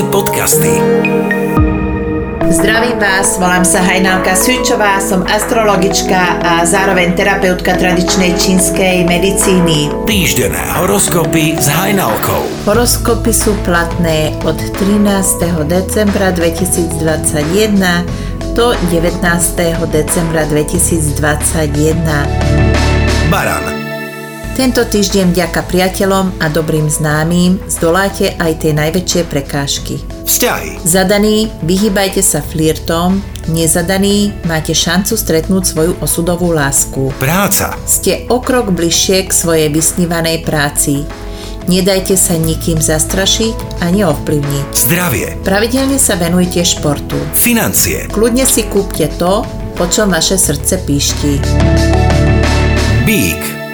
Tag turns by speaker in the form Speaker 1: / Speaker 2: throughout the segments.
Speaker 1: podcasty.
Speaker 2: Zdravím vás, volám sa Hajnalka Sučová, som astrologička a zároveň terapeutka tradičnej čínskej medicíny.
Speaker 1: Týždené horoskopy s Hajnalkou.
Speaker 2: Horoskopy sú platné od 13. decembra 2021 do 19. decembra 2021.
Speaker 1: Baran,
Speaker 2: Tento týždeň vďaka priateľom a dobrým známym zdoláte aj tie najväčšie prekážky.
Speaker 1: vzťahy,
Speaker 2: Zadaný, vyhýbajte sa flirtom, nezadaný, máte šancu stretnúť svoju osudovú lásku.
Speaker 1: práca,
Speaker 2: Ste o krok bližšie k svojej vysnívanej práci. Nedajte sa nikým zastrašiť ani ovplyvniť.
Speaker 1: zdravie,
Speaker 2: Pravidelne sa venujte športu.
Speaker 1: financie,
Speaker 2: Kľudne si kúpte to, po čom vaše srdce píšti.
Speaker 1: bík,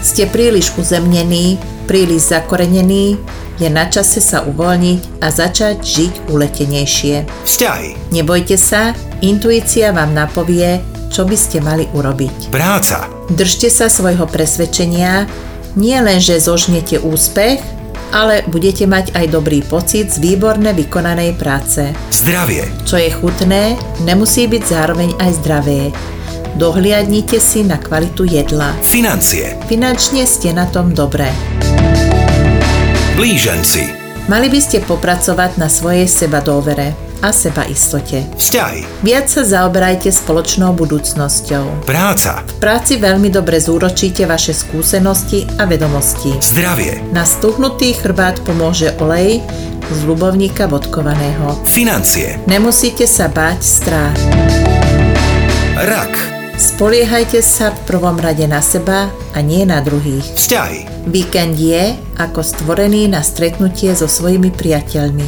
Speaker 2: Ste príliš uzemnení, príliš zakorenení, je na čase sa uvoľniť a začať žiť uletenejšie.
Speaker 1: vzťahy,
Speaker 2: Nebojte sa, intuícia vám napovie, čo by ste mali urobiť.
Speaker 1: práca,
Speaker 2: Držte sa svojho presvedčenia, nie len, že zožnete úspech, ale budete mať aj dobrý pocit z výborne vykonanej práce.
Speaker 1: zdravie,
Speaker 2: Čo je chutné, nemusí byť zároveň aj zdravé. Dohliadnite si na kvalitu jedla.
Speaker 1: financie,
Speaker 2: Finančne ste na tom dobré.
Speaker 1: blíženci,
Speaker 2: Mali by ste popracovať na svojej seba dôvere a seba istote.
Speaker 1: vzťahy,
Speaker 2: Viac sa zaoberajte spoločnou budúcnosťou.
Speaker 1: práca,
Speaker 2: V práci veľmi dobre zúročíte vaše skúsenosti a vedomosti.
Speaker 1: zdravie,
Speaker 2: Na stuhnutý chrbát pomôže olej z ľubovníka vodkovaného.
Speaker 1: financie,
Speaker 2: Nemusíte sa báť strát.
Speaker 1: rak,
Speaker 2: Spoliehajte sa v prvom rade na seba a nie na druhých.
Speaker 1: vzťahy,
Speaker 2: Víkend je ako stvorený na stretnutie so svojimi priateľmi.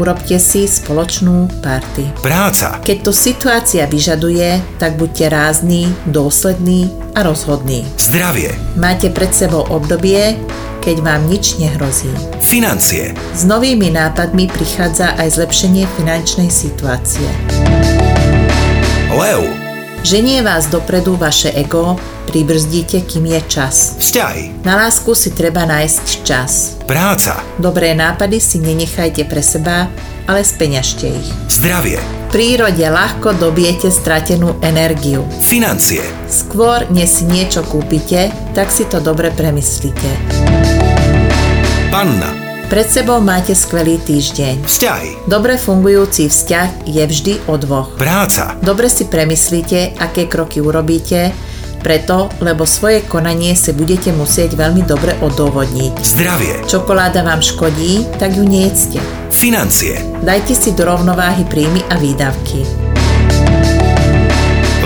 Speaker 2: Urobte si spoločnú party.
Speaker 1: práca,
Speaker 2: Keď to situácia vyžaduje, tak buďte rázni, dôslední a rozhodní.
Speaker 1: zdravie,
Speaker 2: Máte pred sebou obdobie, keď vám nič nehrozí.
Speaker 1: financie,
Speaker 2: S novými nápadmi prichádza aj zlepšenie finančnej situácie.
Speaker 1: lev,
Speaker 2: Ženie vás dopredu vaše ego, pribrzdíte, kým je čas.
Speaker 1: vzťahy,
Speaker 2: Na lásku si treba nájsť čas.
Speaker 1: práca,
Speaker 2: Dobré nápady si nenechajte pre seba, ale speňažte ich.
Speaker 1: zdravie,
Speaker 2: V prírode ľahko dobijete stratenú energiu.
Speaker 1: financie,
Speaker 2: Skôr, než si niečo kúpite, tak si to dobre premyslite.
Speaker 1: panna,
Speaker 2: Pred sebou máte skvelý týždeň.
Speaker 1: vzťahy,
Speaker 2: Dobre fungujúci vzťah je vždy o dvoch.
Speaker 1: práca,
Speaker 2: Dobre si premyslíte, aké kroky urobíte, preto, lebo svoje konanie si budete musieť veľmi dobre odôvodniť.
Speaker 1: zdravie,
Speaker 2: Čokoláda vám škodí, tak ju nejedzte.
Speaker 1: financie.
Speaker 2: Dajte si do rovnováhy príjmy a výdavky.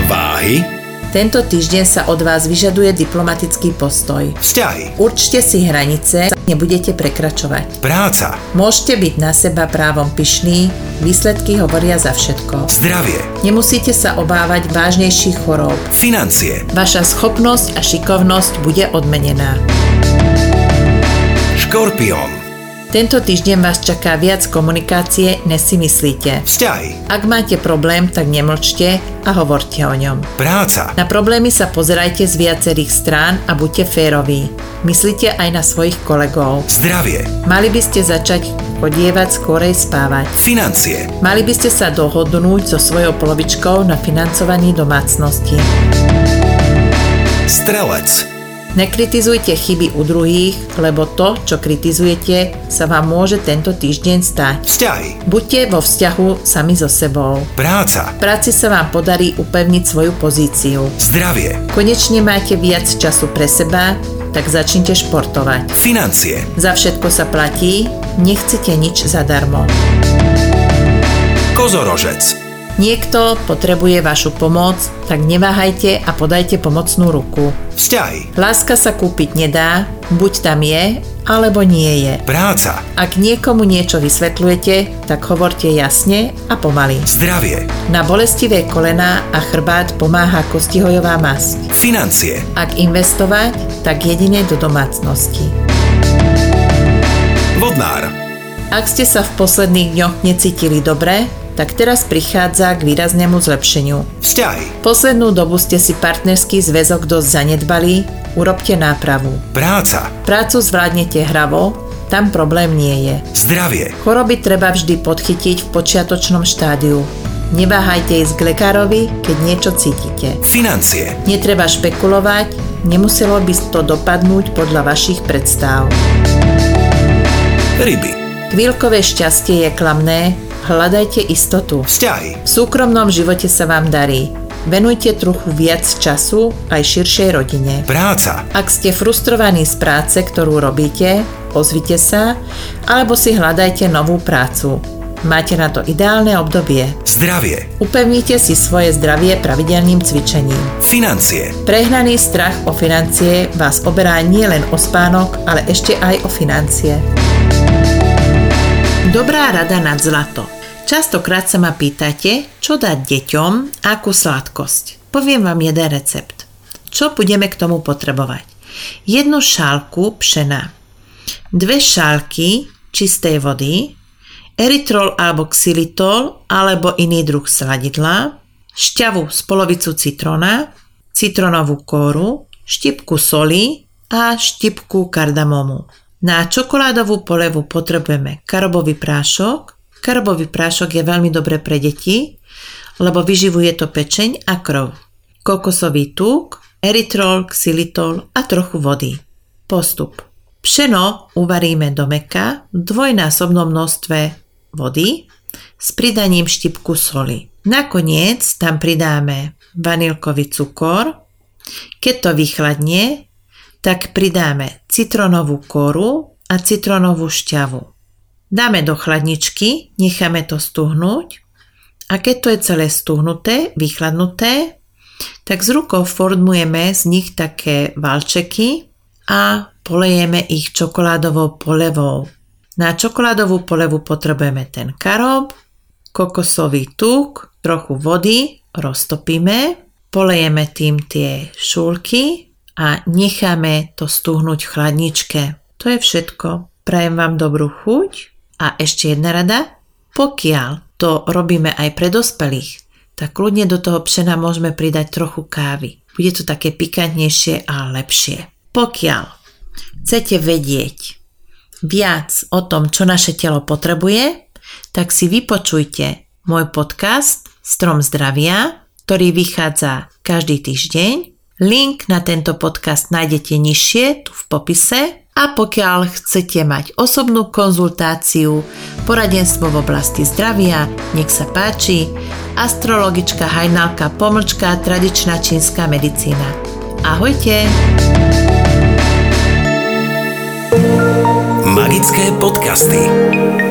Speaker 1: Váhy,
Speaker 2: Tento týždeň sa od vás vyžaduje diplomatický postoj.
Speaker 1: vzťahy,
Speaker 2: Určte si hranice, nebudete prekračovať.
Speaker 1: práca,
Speaker 2: Môžete byť na seba právom pyšní, výsledky hovoria za všetko.
Speaker 1: zdravie,
Speaker 2: Nemusíte sa obávať vážnejších chorób.
Speaker 1: financie,
Speaker 2: Vaša schopnosť a šikovnosť bude odmenená.
Speaker 1: škorpión,
Speaker 2: Tento týždeň vás čaká viac komunikácie, než si myslíte.
Speaker 1: vzťahy,
Speaker 2: Ak máte problém, tak nemlčte a hovorte o ňom.
Speaker 1: práca,
Speaker 2: Na problémy sa pozerajte z viacerých strán a buďte féroví. Myslite aj na svojich kolegov.
Speaker 1: zdravie,
Speaker 2: Mali by ste začať chodievať skorej spávať.
Speaker 1: financie,
Speaker 2: Mali by ste sa dohodnúť so svojou polovičkou na financovaní domácnosti.
Speaker 1: strelec,
Speaker 2: Nekritizujte chyby u druhých, lebo to, čo kritizujete, sa vám môže tento týždeň stať.
Speaker 1: vzťahy,
Speaker 2: Buďte vo vzťahu sami so sebou.
Speaker 1: práca,
Speaker 2: V práci sa vám podarí upevniť svoju pozíciu.
Speaker 1: zdravie,
Speaker 2: Konečne máte viac času pre seba, tak začnite športovať.
Speaker 1: financie,
Speaker 2: Za všetko sa platí, nechcete nič zadarmo.
Speaker 1: kozorožec,
Speaker 2: Niekto potrebuje vašu pomoc, tak neváhajte a podajte pomocnú ruku.
Speaker 1: vzťahy,
Speaker 2: Láska sa kúpiť nedá, buď tam je, alebo nie je.
Speaker 1: práca,
Speaker 2: Ak niekomu niečo vysvetľujete, tak hovorte jasne a pomaly.
Speaker 1: zdravie,
Speaker 2: Na bolestivé kolená a chrbát pomáha kostihojová masť.
Speaker 1: financie,
Speaker 2: Ak investovať, tak jedine do domácnosti.
Speaker 1: vodnár,
Speaker 2: Ak ste sa v posledných dňoch necítili dobre, tak teraz prichádza k výraznému zlepšeniu.
Speaker 1: vzťahy,
Speaker 2: Poslednú dobu ste si partnerský zväzok dosť zanedbali, urobte nápravu.
Speaker 1: práca,
Speaker 2: Prácu zvládnete hravo, Tam problém nie je.
Speaker 1: zdravie,
Speaker 2: Choroby treba vždy podchytiť v počiatočnom štádiu. Neváhajte ísť k lekárovi, keď niečo cítite.
Speaker 1: financie,
Speaker 2: Netreba špekulovať, nemuselo by to dopadnúť podľa vašich predstav.
Speaker 1: ryby,
Speaker 2: Chvíľkové šťastie je klamné, hľadajte istotu.
Speaker 1: vzťahy,
Speaker 2: V súkromnom živote sa vám darí. Venujte trochu viac času aj širšej rodine.
Speaker 1: práca,
Speaker 2: Ak ste frustrovaní z práce, ktorú robíte, ozvite sa alebo si hľadajte novú prácu. Máte na to ideálne obdobie.
Speaker 1: zdravie,
Speaker 2: Upevnite si svoje zdravie pravidelným cvičením.
Speaker 1: financie,
Speaker 2: Prehnaný strach o financie vás oberá nielen o spánok, ale ešte aj o financie. Dobrá rada nad zlato. Častokrát sa ma pýtate, čo dať deťom a akú sladkosť. Poviem vám jeden recept. Čo budeme k tomu potrebovať? Jednu šálku pšena, dve šálky čistej vody, erytrol alebo xylitol alebo iný druh sladidla, šťavu z polovicu citrona, citronovú kóru, štipku soli a štipku kardamomu. Na čokoládovú polevu potrebujeme karbový prášok. Karbový prášok je veľmi dobre pre deti, lebo vyživuje to pečeň a krv. Kokosový tuk, erytrol, xylitol a trochu vody. Postup. Pšeno uvaríme do meka v dvojnásobnom množstve vody s pridaním štipku soli. Nakoniec tam pridáme vanilkový cukor. Keď to vychladne, tak pridáme citronovú koru a citronovú šťavu. Dáme do chladničky, necháme to stuhnúť a keď to je celé stuhnuté, vychladnuté, tak z rukou formujeme z nich také valčeky a polejeme ich čokoládovou polevou. Na čokoládovú polevu potrebujeme ten karob, kokosový tuk, trochu vody, roztopíme, polejeme tým tie šulky a necháme to stuhnúť v chladničke. To je všetko. Prajem vám dobrú chuť a ešte jedna rada. Pokiaľ to robíme aj pre dospelých, tak kľudne do toho pšena môžeme pridať trochu kávy. Bude to také pikantnejšie a lepšie. Pokiaľ chcete vedieť viac o tom, čo naše telo potrebuje, tak si vypočujte môj podcast Strom zdravia, ktorý vychádza každý týždeň. Link na tento podcast nájdete nižšie tu v popise a pokiaľ chcete mať osobnú konzultáciu, poradenstvo v oblasti zdravia, nech sa páči, astrologička Hajnalka Pomlčka, tradičná čínska medicína. Ahojte!
Speaker 1: magické podcasty.